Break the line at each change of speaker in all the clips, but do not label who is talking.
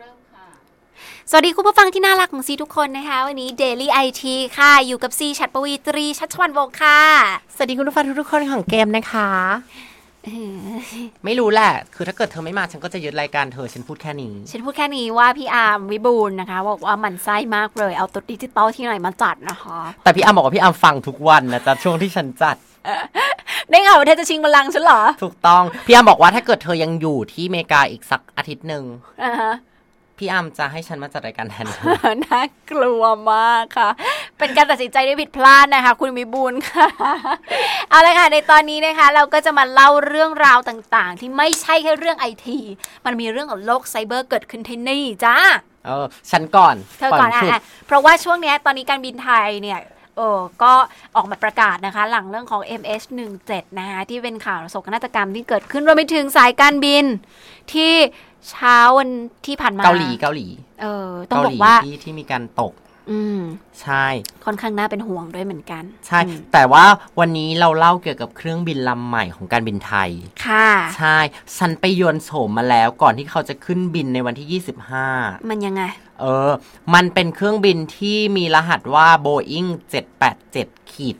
ริ่มค่ะ
สวัสดีคุณผู้ฟังที่น่ารักของซีทุกคนนะคะ วันนี้ Daily IT ค่ะ อยู่กับซีชัดปวีตรี ชัชวันวงศ์ค่ะ
สวัสดีคุณผู้ฟังทุกๆคนของเกมนะคะ ไม่รู้แหละ คือถ้าเกิดเธอไม่มาฉันก็จะยึดรายการเธอ ฉันพูดแค่นี้
ฉันพูดแค่นี้ว่าพี่อาร์มวิบูลย์นะคะ บอกว่าหมันไส้มากเลย เอาตัวดิจิตอลที่ไหนมาจัดนะคะ
แต่พี่อาร์มบอกว่าพี่อาร์มฟังทุกวันนะจ๊ะ ช่วงที่ฉันจัด
ได้ข่าวว่าเธอจะชิงบัลลังก์ฉันเหรอ
ถูกต้อง พี่อาร์มบอกว่าถ้าเกิดเธอยังอยู่ที่อเมริกาอีกสักอาทิตย์หนึ่ง
อ่าฮะ
พี่อาร์มจะให้ฉันมาจัดรายการแทนเธอ
น่ากลัวมากค่ะ เป็นการตัดสินใจที่ผิดพลาดนะคะ คุณวิบูลย์ค่ะ เอาละค่ะ ในตอนนี้นะคะ เราก็จะมาเล่าเรื่องราวต่างๆ ที่ไม่ใช่แค่เรื่องไอที มันมีเรื่องของโลกไซเบอร์เกิดขึ้นที่นี่จ้า
เออฉันก่อน
เธอก่อนอ่ะ
ฉุด
อ่ะเพราะว่าช่วงเนี้ยตอนนี้การบินไทยเนี่ยเออก็ออกมาประกาศนะคะ หลังเรื่องของ MH17 นะคะที่เป็นข่าวโศกนาฏกรรมที่เกิดขึ้นรวมไปถึงสายการบินที่เช้าวันที่ผ่านมา
เกาหลีเกาหลี
เออต้อง
เกา
บอ
หลี
กว่า
ที่ที่มีการตก
อืม
ใช่
ค่อนข้างน่าเป็นห่วงด้วยเหมือนกัน
ใช่
อืม
แต่ว่าวันนี้เราเล่าเกี่ยวกับเครื่องบินลำใหม่ของการบินไทย
ค่ะ
ใช่ ฉันไปยนต์โฉมมาแล้วก่อนที่เขาจะขึ้นบินในวันที่ 25
มันยังไง
เออ มันเป็นเครื่องบินที่มีรหัสว่า Boeing 787ขีด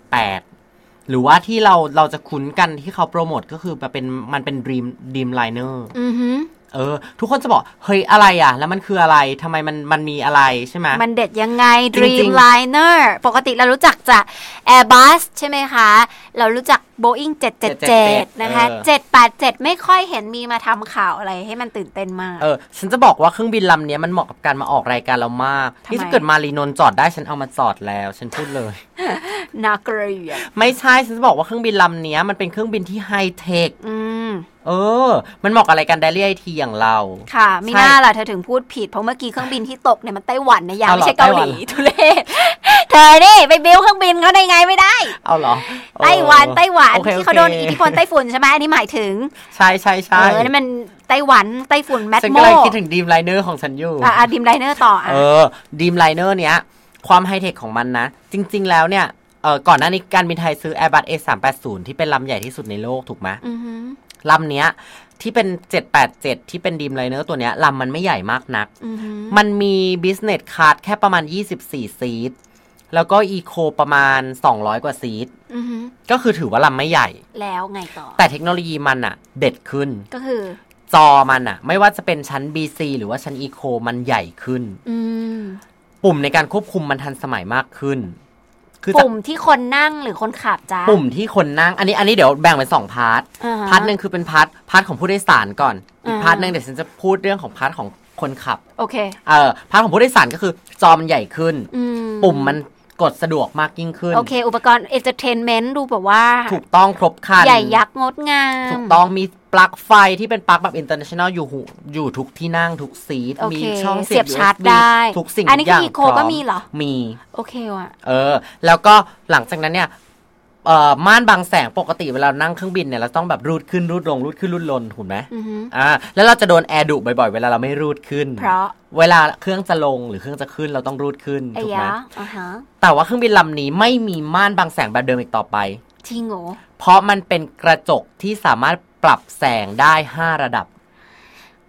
8หรือว่าที่เราเราจะคุ้นกันที่เขาโปรโมทก็คือมันเป็นมันเป็น Dream Dreamliner
อือหือ
เออ ทุกคนจะบอก เฮ้ย อะไรอ่ะ แล้วมันคืออะไรทำไมมันมันมีอะไรใช่ไหม
มันเด็ดยังไง
จริงๆ
Dreamliner ปกติเรารู้จักจาก Airbus ใช่ไหมคะ เรารู้จัก Boeing 777 นะคะ
เออ
787 ไม่ค่อยเห็นมีมาทำข่าวอะไรให้มันตื่นเต้นมาก
เออ ฉันจะบอกว่าเครื่องบินลำเนี้ยมันเหมาะกับการมาออกรายการเรามาก
ทำไม
นี่ถ้าเกิดมารีนนท์จอดได้ฉันเอามาจอดแล้ว ฉันพูดเลย
น่าเกลียด
ไม่ใช่ ฉันจะบอกว่าเครื่องบินลำเนี้ยมันเป็นเครื่องบินที่ไฮเทค
อืม
เออ มันเหมาะกับรายการเดลี่ไอทีอย่างเรา
ค่ะ ไม่
ใช่
น่าล่ะ เธอถึงพูดผิด เพราะเมื่อกี้เครื่องบินที่ตกเนี่ยมันไต้หวันนะยา
เอาเหรอ
ไม่ใช่เกาหลี
ไต้หวัน
ทุเรศเธอนี่ไปบิ้วเครื่องบินเขาได้ไงไม่ได้
เอาเหรอ
ไต้หวัน
เออ
ไต้หวัน
โอค
ที่เขาโดน
โค
อิทธิพลไต้ฝุ่นใช่ไหมอันนี้หมายถึง
ใช่ใช่
เอ
ใช่
อนั่นมันไต้หวันไต้ฝุ่นแมท
ฉัน
โม
ก็เลยคิดถึงดีมไลเนอร์ของฉันอยู่
อ่ะดิมไดเนอร์ต่ออ่ะ
เออดีมไลเนอร์เนี้ย ความไฮเทคของมันนะ จริง ๆ แล้วเนี่ยเออก่อนหน้านี้การบินไทยซื้อ Airbus A380 ที่เป็นลำใหญ่ที่สุดในโลกถูกไหม
อือหือ
ลำเนี้ย ที่เป็น 787 ที่เป็นดีมไลเนอร์ตัวเนี้ยลำมันไม่ใหญ่มากนัก
อือหือ
มันมี business class แค่ประมาณ 24 ซีทแล้วก็ eco ประมาณ 200 กว่าซีท
อือหือ
ก็คือถือว่าลำไม่ใหญ่
แล้วไงต่อ
แต่เทคโนโลยีมันอะเด็ดขึ้น
ก็คือ
จอมันอะไม่ว่าจะเป็นชั้น BC หรือว่าชั้น Eco มันใหญ่ขึ้น
อืม
ปุ่มในการควบคุมมันทันสมัยมากขึ้น คือจาก
ปุ่มที่คนนั่งหรือคนขับจ้า
ปุ่มที่คนนั่ง อันนี้อันนี้เดี๋ยวแบ่งเป็นสองพาร์ท
อ่ฮะ
พาร์ทหนึ่งคือเป็นพาร์ทพาร์ทของผู้โดยสารก่อน อีก
อ่า
พาร์ทหนึ่งเดี๋ยวฉันจะพูดเรื่องของพาร์ทของคนขับ
โอเค
เอ่อ พาร์ทของผู้โดยสารก็คือจอมันใหญ่ขึ้น
อืม
ปุ่มมันกดสะดวกมากยิ่งขึ้น
โอเค อุปกรณ์เอนเตอร์เทนเมนต์ดูแบบว่า
ถูกต้องครบครัน
ใหญ่ยักษ์งดงาม
ถูกต้องมีปลั๊กไฟที่เป็นปลั๊กแบบ international อยู่หูอยู่ทุกที่นั่งทุกซีท
โอเค
มีช่อง
เสียบ
USB
ชาร์จได้
ทุกสิ่ง
อันนี้
ย่าง
คือ Eco
พร้
ก็มีเหรอ
มี
โอเคว่ะ
เออ แล้วก็หลังจากนั้นเนี่ยเอ่อม่านบางแสงปกติเวลานั่งเครื่องบินเนี่ยเราต้องแบบรูดขึ้นรูดลงรูดขึ้นรูดลงถูกไหม
อือหือ
อ่าแล้วเราจะโดนแอร์ดุบ่อยๆ เวลาเราไม่รูดขึ้น
เพราะ
เวลาเครื่องจะลงหรือเครื่องจะขึ้นเราต้องรูดขึ้น
ไอ้
ถูก
ยะ
ไหม
อ่ะฮะ
แต่ว่าเครื่องบินลำนี้ไม่มีม่านบางแสงแบบเดิมอีกต่อไป
จริงเหรอ
เพราะมันเป็นกระจกที่สามารถปรับแสงได้ห้าระดับ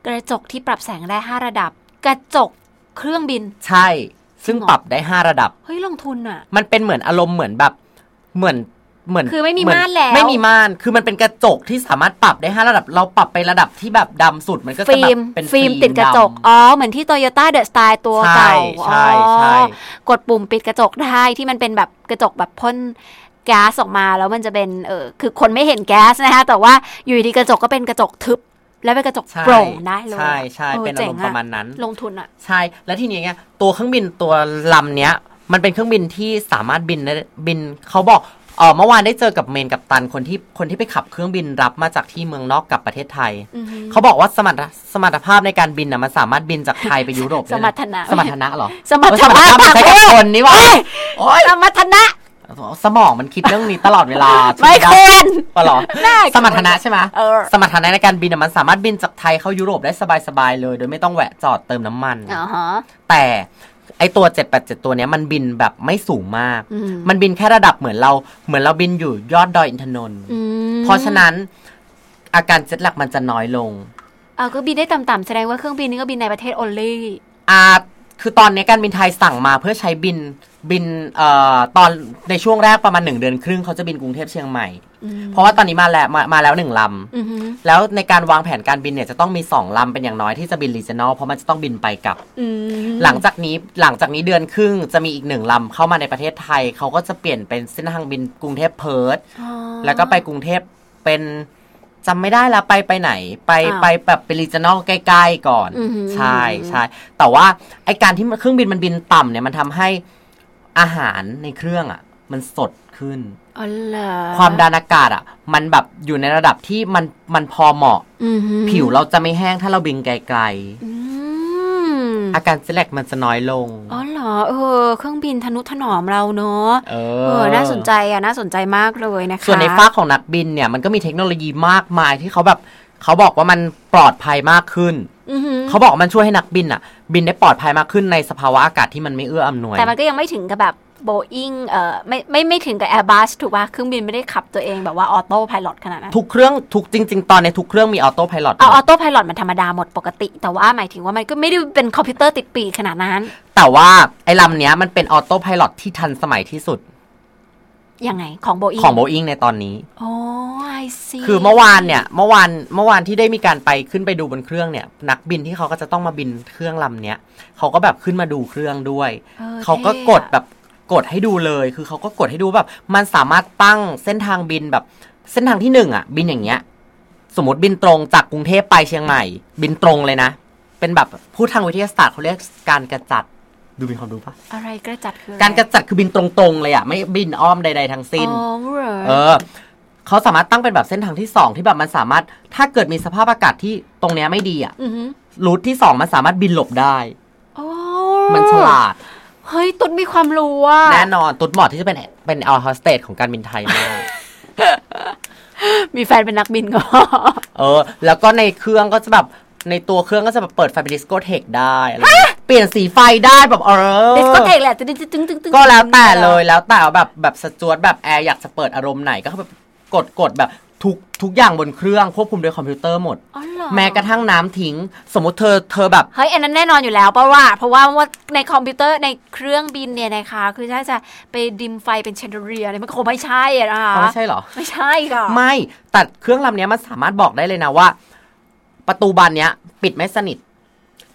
กระจกที่ปรับแสงได้ห้าระดับ กระจกเครื่องบิน
ใช่ ซึ่ง
จริงเหรอ
ปรับได้ 5 ระดับ
เฮ้ยลงทุนอ่ะ
มันเป็นเหมือนอารมณ์เหมือนแบบ เหมือน เหมือน
คือไม่มี
เห
ม่านแล้ว
ไม่มีม่าน คือมันเป็นกระจกที่สามารถปรับได้ 5 ระดับ เราปรับไประดับที่แบบดำสุด มันก็จะ
ฟิ
แบ
ล์ม
บเป็น
ฟิล์มติดกระจก
ดำ
อ๋อ เหมือนที่โตโยต้าเดอะสไตล์ตัว
ใช่
เก่า
ใช่ใช่
อ๋อกดปุ่มปิดกระจกได้ที่มันเป็นแบบกระจกแบบพ่นก๊าซออกมาแล้วมันจะเป็นเออคือคนไม่เห็นแก๊สนะคะแต่ว่าอยู่ดีกระจกก็เป็นกระจกทึบ แล้วเป็นกระจก
ใช่
โปร่งได้เลย
ใช่ใช่
ออ
เป็นอารมณ์
จ๋ง
ประมาณนั้น
ลงทุนอ่ะ
ใช่ แล้วทีเนี้ยตัวเครื่องบินตัวลำเนี้ย มันเป็นเครื่องบินที่สามารถบินได้บินเขาบอกเออเมื่อวานได้เจอกับเมนกับตันคนที่คนที่ไปขับเครื่องบินรับมาจากที่เมืองนอกกลับประเทศไทย
อือหือ
เขาบอกว่าสมรรถสมรรถภาพในการบินนะมันสามารถบินจากไทยไปยุโรปได้
สมรรถนะ
สมรรถนะเหรอ
สมรรถ
เออ
ภาพ
มัน
ทาง
ใช้
เพ
กับ
ศ
คนนี่หว่าโอ๊ย
สมรรถนะ
สมองมันคิดเรื่องนี้ตลอดเวลา
ไม่
จ
ค
ริง
วร
ๆปะเหรอ
น่ากลัว
สมรรถนะใช่ไหม
เออ
สมรรถนะในการบินนะมันสามารถบินจากไทยเข้ายุโรปได้สบายๆเลย โดยไม่ต้องแวะจอดเติมน้ำมัน
อ๋อฮะ
แต่ไอตัว 787 ตัวเนี้ยมันบินแบบไม่สูงมาก
อืม
มันบินแค่ระดับเหมือนเรา เหมือนเราบินอยู่ยอดดอยอินทนนท์
อืม
เพราะฉะนั้นอาการเจ็ตหลักมันจะน้อยลง
เอาก็บินได้ต่ำๆแสดงว่าเครื่องบินนี้ก็บินในประเทศ only
อ่าคือตอนนี้การบินไทยสั่งมาเพื่อใช้บินบินเอ่อตอนในช่วงแรกประมาณหนึ่งเดือนครึ่งเขาจะบินกรุงเทพเชียงใหม่
อืม
เพราะว่าตอนนี้มาแล้วมามาแล้วหนึ่งล
อือหือ
ำแล้วในการวางแผนการบินเนี่ยจะต้องมีสองลำเป็นอย่างน้อยที่จะบินรีเจนอลเพราะมันจะต้องบินไปกลับ
อืม
หลังจากนี้หลังจากนี้เดือนครึ่งจะมีอีกหนึ่งลำเข้ามาในประเทศไทยเขาก็จะเปลี่ยนเป็นเส้นทางบินกรุงเทพเพิร์ท
อ๋อ
แล้วก็ไปกรุงเทพเป็นจำไม่ได้ละไปไปไหน ไป
อ้าว
ไปแบบเป็นรีเจนอลใกล้ๆก่อน
อือหือ
ใช่ใช่แต่ว่าไอการที่มันเครื่องบินมันบินต่ำเนี่ยมันทำให้อาหารในเครื่องอ่ะ มันสดขึ้น
อ๋อเหรอ
ความดันอากาศอ่ะ มันแบบอยู่ในระดับที่มันมันพอเหมาะ
อือหือ
ผิวเราจะไม่แห้งถ้าเราบินไกล
อืม
ๆ อาการเซลกมันจะน้อยลง
อ๋อเหรอเออ เครื่องบินทนุถนอมเราเนอะ
เอ
เออ น่าสนใจอ่ะ น่าสนใจมากเลยนะคะ
ส่วนในฝ้ากของนักบินเนี่ย มันก็มีเทคโนโลยีมากมายที่เขาแบบเขาบอกว่ามันปลอดภัยมากขึ้น
อือหือ
เขาบอกว่ามันช่วยให้นักบินอ่ะ บินได้ปลอดภัยมากขึ้นในสภาวะอากาศที่มันไม่เอื้ออำนวย
แต่มันก็ยังไม่ถึงกับแบบโบอิงเอ่อไม่ไม่ไม่ถึงกับแอร์บัสถูกป่ะเครื่องบินไม่ได้ขับตัวเองแบบว่าออโต้พายโขนาดนั้น
ทุกเครื่องทุกจริง ๆ ตอนในทุกเครื่องมีออโต้พายโ
เอาออโต้พายโมันธรรมดาหมดปกติ แต่ว่าหมายถึงว่ามันก็ไม่ได้เป็นคอมพิวเตอร์ติดปีกขนาดนั้น
แต่ว่าไอ้ลำเนี้ยมันเป็นออโต้พายโที่ทันสมัยที่สุด
ยังไงของโบอิง
ของโบอิงในตอนนี้
โอ้ไอซี
คือเมื่อวานเนี่ยเมื่อวานเมื่อวานที่ได้มีการไปขึ้นไปดูบนเครื่องเนี่ย นักบินที่เขาก็จะต้องมาบินเครื่องลำเนี้ยเขาก็แบบขึ้นมาดูเครื่องด้วย เขาก็กดแบบกดให้ดูเลย คือเขาก็กดให้ดูแบบ มันสามารถตั้งเส้นทางบินแบบเส้นทางที่หนึ่งอ่ะ บินอย่างเงี้ย สมมติบินตรงจากกรุงเทพไปเชียงใหม่ บินตรงเลยนะ เป็นแบบพูดทางวิทยาศาสตร์เขาเรียกการกระจัด ดูมีความรู้ปะ
อะไรกระจัดคืออะไ
การกระจัดคือบินตรงๆเลยอ่ะ ไม่บินอ้อมใดๆทั้งสิ้น
อ๋อเหรอ
เออเขาสามารถตั้งเป็นแบบเส้นทางที่สองที่แบบมันสามารถ ถ้าเกิดมีสภาพอากาศที่ตรงเนี้ยไม่ดีอ่ะ
อือหือ
รูทที่สองมันสามารถบินหลบได้
อ๋อ
มันฉลาด
เฮ้ยตุ๊ดมีความรู้อ่ะ
แน่นอนตุ๊ดเหมาะที่จะเป็นเป็นแอร์โฮสเตสของการบินไทยมาก
มีแฟนเป็นนักบินก็
เออ แล้วก็ในเครื่องก็จะแบบในตัวเครื่องก็จะแบบเปิดไฟเป็นดิสโกเทกได้อะไรอย่างเงี้ยเปลี่ยนสีไฟได้แบบเออ
ดิสโกเทกแหละตึ้งตึ้งตึ้งตึ้งตึ้ง
ก็แล้วแต่เลยแล้วแต่ว่าแบบแบบสจวตแบบแอร์อยากจะเปิดอารมณ์ไหนก็แบบกดกดแบบทุกทุกอย่างบนเครื่องควบคุมโดยคอมพิวเตอร์หมด
อ๋อเหรอ
แม้กระทั่งน้ำทิ้ง สมมติเธอเธอแบบ
เฮ้ยอันนั้นแน่นอนอยู่แล้วเพราะว่า เพราะว่าว่าในคอมพิวเตอร์ในเครื่องบินเนี่ยนะคะ คือถ้าจะไปดิมไฟเป็นเชนเดอเรียเนี่ยมันคงไม่ใช่อะนะคะ
เอาไม่ใช่เหรอ
ไม่ใช่ค่ะ
ไม่แต่เครื่องลำเนี้ยมันสามารถบอกได้เลยนะว่า ประตูบานเนี้ย ปิดไม่สนิท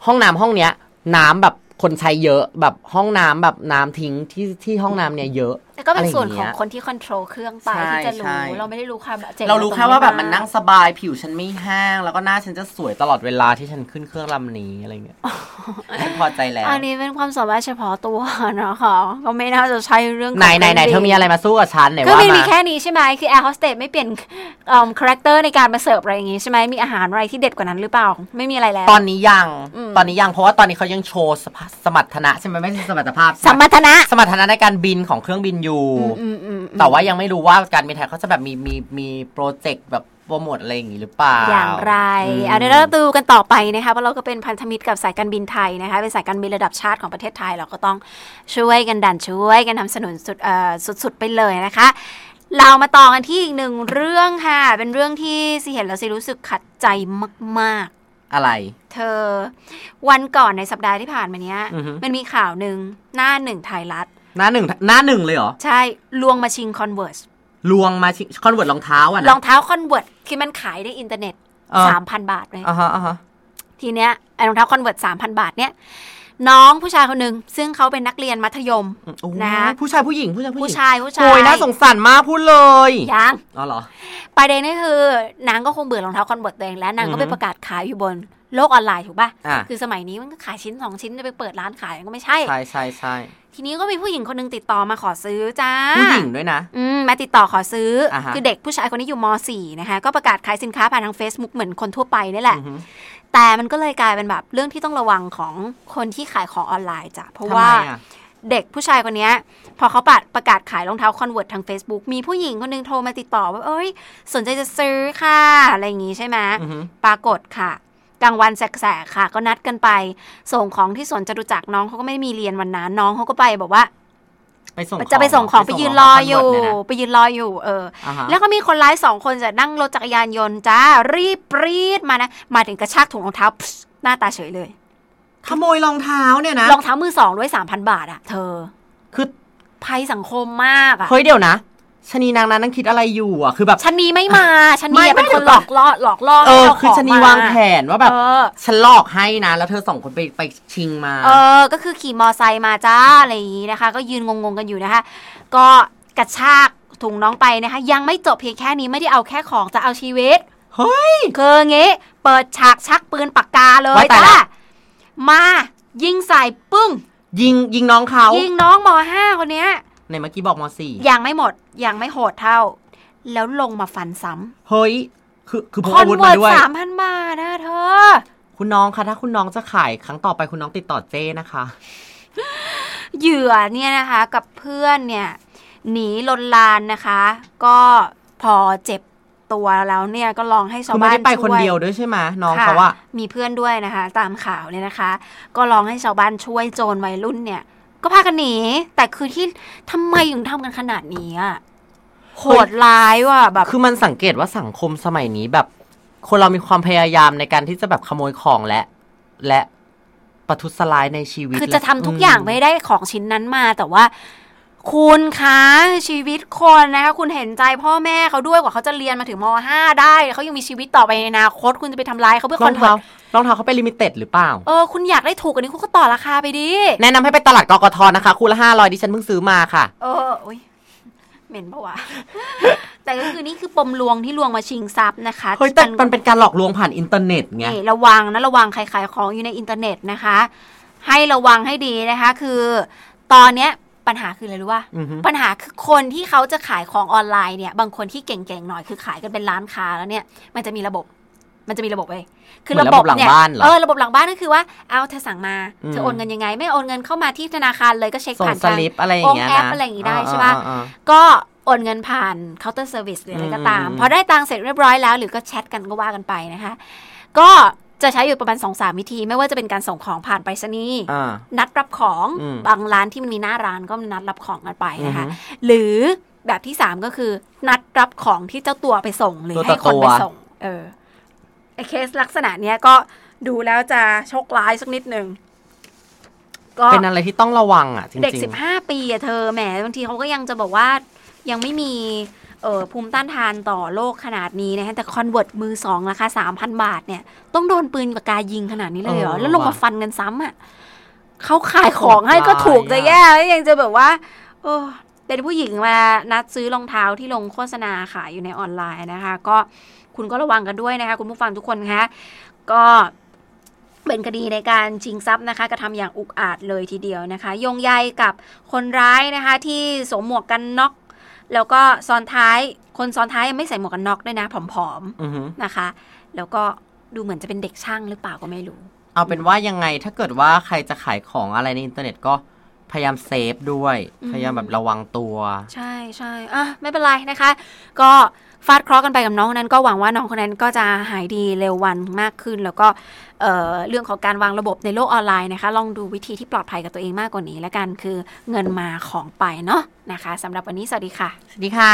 ห้องน้ำห้องเนี้ย น้ำแบบคนใช้เยอะแบบห้องน้ำแบบน้ำทิ้งที่ที่ห้องน้ำเนี่ยเยอะ
แต่ก็เป็นส่วนของ
ะไรย่า
ค
เย
นที่คอนโทรลเครื่องไป
ใช่
ที่จะ
ใช่
รู้เราไม่ได้รู้ความจ๋ง
เรารู้แค่ว่าแบบมันนั่ง
ตร
สบายผิวฉันไม่แห้ง แล้วก็หน้าฉันจะสวยตลอดเวลาที่ฉันขึ้นเครื่องลำนี้อะไรเงี้ยฉันพอใจแล้ว
งอันนี้เป็นความสามารถเฉพาะตัวนะคะก็ไม่น่าจะใช่เรื่องข
ไหน
อง
ไหนไหนเธอมีอะไรมาสู้กับฉันไหน
เครื่อง
ว่า
บินมี
มา
แค่นี้ใช่ไหมคือแอร์โฮสเตสไม่เปลี่ยนเอ่อคาแรคเตอร์ในการมาเสิร์ฟอะไรอย่างงี้ใช่ไหมมีอาหารอะไรที่เด็ดกว่านั้นหรือเปล่า ไม่มีอะไรแล้ว
ตอนนี้ยัง
อืม
ตอนนี้ยังเพราะว่าตอนนี้เขายังโชว์สภาสมรรถนะใช่ไหมไม่ใช่สมรรถภาพใช่
สัม
ไหม
มทนะ
สมรรถนะในการบินของเครื่องบินอยู่
อืมอืมอืม
แต่ว่ายังไม่รู้ว่าการบินไทยเขาจะแบบมีมีมีโปรเจกต์แบบโปรโมทอะไรอย่างงี้หรือเปล่า
อย่างไร
ม
เอาเดี๋ยวเราดูกันต่อไปนะคะ เพราะเราก็เป็นพันธมิตรกับสายการบินไทยนะคะ เป็นสายการบินระดับชาติของประเทศไทย เราก็ต้องช่วยกันดันช่วยกันนำสนุนสุดเอ่อสุดๆไปเลยนะคะ เรามาต่อกันที่อีกหนึ่งเรื่องค่ะ เป็นเรื่องที่สิเห็นแล้วสิรู้สึกขัดใจมาก
อะไร
ๆ เธอ วันก่อนในสัปดาห์ที่ผ่านมาเนี้ย
อือฮึ
มันมีข่าวหนึ่งหน้าหนึ่งไทยรัฐ
หน้าหนึ่งหน้าหนึ่งเลยเหรอ
ใช่ลวงมาชิงคอนเวิร์ส
ลวงมาชิคอนเวิร์ตรองเท้าอ่ะ
ร
นะ
องเท้าคอนเวิร์สคือมันขายในอินเทอร์เน็ต
เออ
สามพันบาทเลย
อ่าฮะอ่าฮะ
ทีเนี้ยไอรองเท้าคอนเวิร์ตสามพันบาทเนี่ย น้องผู้ชายคนหนึ่งซึ่งเขาเป็นนักเรียนมัธยม
อืมโอ้ย
นะ
ผู้ชายผู้หญิงผู้ชายผู้ห
ผู้
ญิง
ชายผู้ชาย
โอ้ยน่าสงสารมากพูดเลย
ยัง
อ๋อเหรอ
ประเด็นก็คือนางก็คงเบื่อรองเท้าคอนเวิร์ตตัวเองแล้วนางก็ไป
อือฮึ
ประกาศขายอยู่บนโลกออนไลน์ถูกป่ะ
อ่า
คือสมัยนี้มันก็ขายชิ้นสองชิ้นจะไปเปิดร้านขายมันก็ไม่ใช่
ใช่ใช่ใช่
ทีนี้ก็มีผู้หญิงคนหนึงติดต่อมาขอซื้อจ้า
ผู้หญิงด้วยนะ
อืมมาติดต่อขอซื้ออา
ฮะ
คือเด็กผู้ชายคนนี้อยู่ม .4 นะคะก็ประกาศขายสินค้าผ่านทาง Facebook เหมือนคนทั่วไปนี่แหละ
อือฮึ
แต่มันก็เลยกลายเป็นแบบเรื่องที่ต้องระวังของคนที่ขายของออนไลน์จ้ะเพราะ
ทำ
ว่า
ไมอ่ะ
เด็กผู้ชายคนเนี้ยพอเขาปัดประกาศขายรองเท้าคอนเวิร์ตทาง Facebook มีผู้หญิงคนหนึงโทรมาติดต่อว่า เอ้ย สนใจจะซื้อค่ะ อะไรอย่างงี้ใช่ไหม
อือฮึ
ปรากฏค่ะ กลางวันแสกๆค่ะ ก็นัดกันไป ส่งของที่สวนจตุจักรน้องเขาก็ไม่ได้มีเรียนวันนั้นน้องเขาก็ไปบอกว่า
ไปส่ง
จะไปส่งของไปยืนรออยู่
คเนี่นะ
ไปยืนรออยู่ เออ
อ่าฮะ
แล้วก็มีคนร้ายสองคนจะนั่งรถจักรยานยนต์จ้ารีบปรีดมานะ มาถึงกระชากถุงรองเท้า pss หน้าตาเฉยเลย
ขโมยรองเท้าเนี่ยนะ
รองเท้ามือสองด้วย 3,000 บาทอะเธอ
คือ
ภัยสังคมมากอะ
เฮ้ยเดี๋ยวนะชะนีนางนั้นนั่งคิดอะไรอยู่อ่ะคือแบบ
ชันนีไม่มาชันนีอะ
ไม่
เป็นคน
ไม่
หลอกล่อหลอกล่อ
เอ
ให้
อ
เรา
คือชะนีวางแผนว่าแบบ
เออ
ฉันหลอกให้นะ แล้วเธอสองคนไปไปชิงมา
เออ ก็คือขี่มอไซค์มาจ้าอะไรอย่างนี้นะคะ ก็ยืนงงๆกันอยู่นะคะ ก็กระชากถุงน้องไปนะคะ ยังไม่จบเพียงแค่นี้ไม่ได้เอาแค่ของจะเอาชีวิต
เฮ้ย
คืออย่างงี้ เปิดฉากชักปืนปากกาเลย
ไว้ตายละ
จ้ามายิงใส่ปึ้ง
ยิงยิงน้องเขา
ยิงน้องมห้าคนเนี้ย
ในเมื่อกี้บอกมสี่
ยังไม่หมดยังไม่โหดเท่า แล้วลงมาฟันซ้
เฮ้ย คือคือพ
ำ
ก
คอน
อาวุธ
เวิ
มา
ร์ด
ด้วย
สามพันบาทนะเธอ
คุณน้องคะถ้าคุณน้องจะขายครั้งต่อไปคุณน้องติดต่อเจ้นะคะ
เหยื่อเนี่ยนะคะกับเพื่อนเนี่ยหนีลนลานนะคะ ก็พอเจ็บตัวแล้วเนี่ยก็ลองให้ชาว
คือไม่
บ้าน
ได้ไปคน
ช่
เดียวด้วยใช่ไหมน้อง
ค่ะ
เขาว่า
มีเพื่อนด้วยนะคะ ตามข่าวเนี่ยนะคะ ก็ลองให้ชาวบ้านช่วยโจรวัยรุ่นเนี่ย ก็พากันหนีแต่คือที่ทำไมถึงทำกันขนาดนี้อะโหดร้ายว่ะแบบ
คือมันสังเกตว่าสังคมสมัยนี้แบบ คนเรามีความพยายามในการที่จะแบบขโมยของและ และประทุษร้ายในชีวิต
คือ
และ
จะทำทุกอย่างไม่ได้ของชิ้นนั้นมาแต่ว่า คุณคะชีวิตคนนะคะคุณเห็นใจพ่อแม่เขาด้วยกว่าเขาจะเรียนมาถึงม .5 ได้เขายังมีชีวิตต่อไปในอนาคตคุณจะไปทำร้ายเขาเพื่อ
ร
ค
อ
อน
ง
เวิ
เท้า
ร์ต
รองเท้าเขาเป็นลิมิเต็ดหรือเปล่า
เออคุณอยากได้ถูกกว่านี้คุณก็ต่อราคาไปดิ
แนะนำให้ไปตลาดกกทนะคะ คู่ละห้าร้อยดิฉันเพิ่งซื้อมาค่ะ
เออโอ้ยเหม็นปะว ะ แต่ก็คือนี่คือปมลวงที่ลวงมาชิงทรัพย์นะคะ
เฮ้ยแต่มันเป็นการหลอกลวงผ่านอินเทอร์เน็ตไง
นี่ระวังนะระวังใครขายของอยู่ในอินเทอร์เน็ตนะคะ ให้ระวังให้ดีนะคะ คือ ตอนเนี้ยปัญหาคืออะไรรู้ป่ะ
อือฮึ
ปัญหาคือคนที่เขาจะขายของออนไลน์เนี่ย บางคนที่เก่งๆหน่อยคือขายกันเป็นร้านค้าแล้วเนี่ย มันจะมีระบบ มันจะมีระบบเว้ยคือ
เหมือน
ระ
ระ
บบ บบ
หลัง
เนี่ย
บ้านเหรอ
เออระบบหลังบ้านก็คือว่าเอาเธอสั่งมา
อืม
เธอโอนเงินยังไง ไม่โอนเงินเข้ามาที่ธนาคารเลยก็เช็ค
ส่ง
ผ่าน
ส
ทาง
ลิปอะไรอย่างเงี้
อ
ย
งค์แอป
นะ
อะไรอย่างงี้ได้
า
ใช่ปะ
อ่าอ่า
ก็โอนเงินผ่านเคาน์เตอร์เซอร์วิสหรืออะไรก็ตาม
อืม
พอได้ตังค์เสร็จเรียบร้อยแล้ว หรือก็แชทกันก็ว่ากันไปนะคะ ก็จะใช้อยู่ประมาณ2อสาวิธี ไม่ว่าจะเป็นการส่งของผ่านไปรษณีย์
อ่า
นัดรับของ
อืม
บางร้านที่มันมีหน้าร้านก็นัดรับของกันไป
อือ
นะคะ
ฮึ
หรือแบบที่สามก็คือ นัดรับของที่เจ้าตัวไปส่งหรือ
ตัวต่อ
ให้คนไป
ตัว
ส่ง เออไอเคสลักษณะเนี้ยก็ดูแล้วจะโชคร้ายสักนิดหนึ่งก็
เป็นอะไรที่ต้องระวังอ่ะ จริงๆ
เด็กสิบห้าปีอะเธอแหมบางทีเขาก็ยังจะบอกว่ายังไม่มีเออภูมิต้านทานต่อโรคขนาดนี้นะฮะแต่คอนเวิร์ตมือสองราคาสามพันบาทเนี่ย ต้องโดนปืนปากกายิงขนาดนี้เลยเหรอ แล้วลงมาฟันกันซ้ำอ่ะเขาขายของให้ก็ถูกจะแย่แล้วยังจะแบบว่า โอ้เป็นผู้หญิงมานัดซื้อรองเท้าที่ลงโฆษณาขายอยู่ในออนไลน์นะคะ ก็คุณก็ระวังกันด้วยนะคะ คุณผู้ฟังทุกคนคะก็เป็นคดีในการชิงทรัพย์นะคะกระทำอย่างอุกอาจเลยทีเดียวนะคะโยงใยกับคนร้ายนะคะ ที่สวมหมวกกันน็อกแล้วก็ซ้อนท้ายคนซ้อนท้ายยังไม่ใส่หมวกกันน็อกด้วยนะผอม
อือฮึ
ๆนะคะ แล้วก็ดูเหมือนจะเป็นเด็กช่างหรือเปล่าก็ไม่รู้
เอาเป็นว่ายังไงถ้าเกิดว่าใครจะขายของอะไรในอินเทอร์เน็ตก็พยายามเซฟด้วย
อืม
พยายามแบบระวังตัว
ใช่ใช่อ่ะไม่เป็นไรนะคะ ก็ฟาดเคราะห์กันไปกับน้องคนนั้น ก็หวังว่าน้องคนนั้นก็จะหายดีเร็ววันมากขึ้น แล้วก็เอ่อเรื่องของการวางระบบในโลกออนไลน์นะคะ ลองดูวิธีที่ปลอดภัยกับตัวเองมากกว่านี้ แล้วกันคือเงินมาของไปเนาะนะคะสำหรับวันนี้สวัสดีค่ะ
สวัสดีค่ะ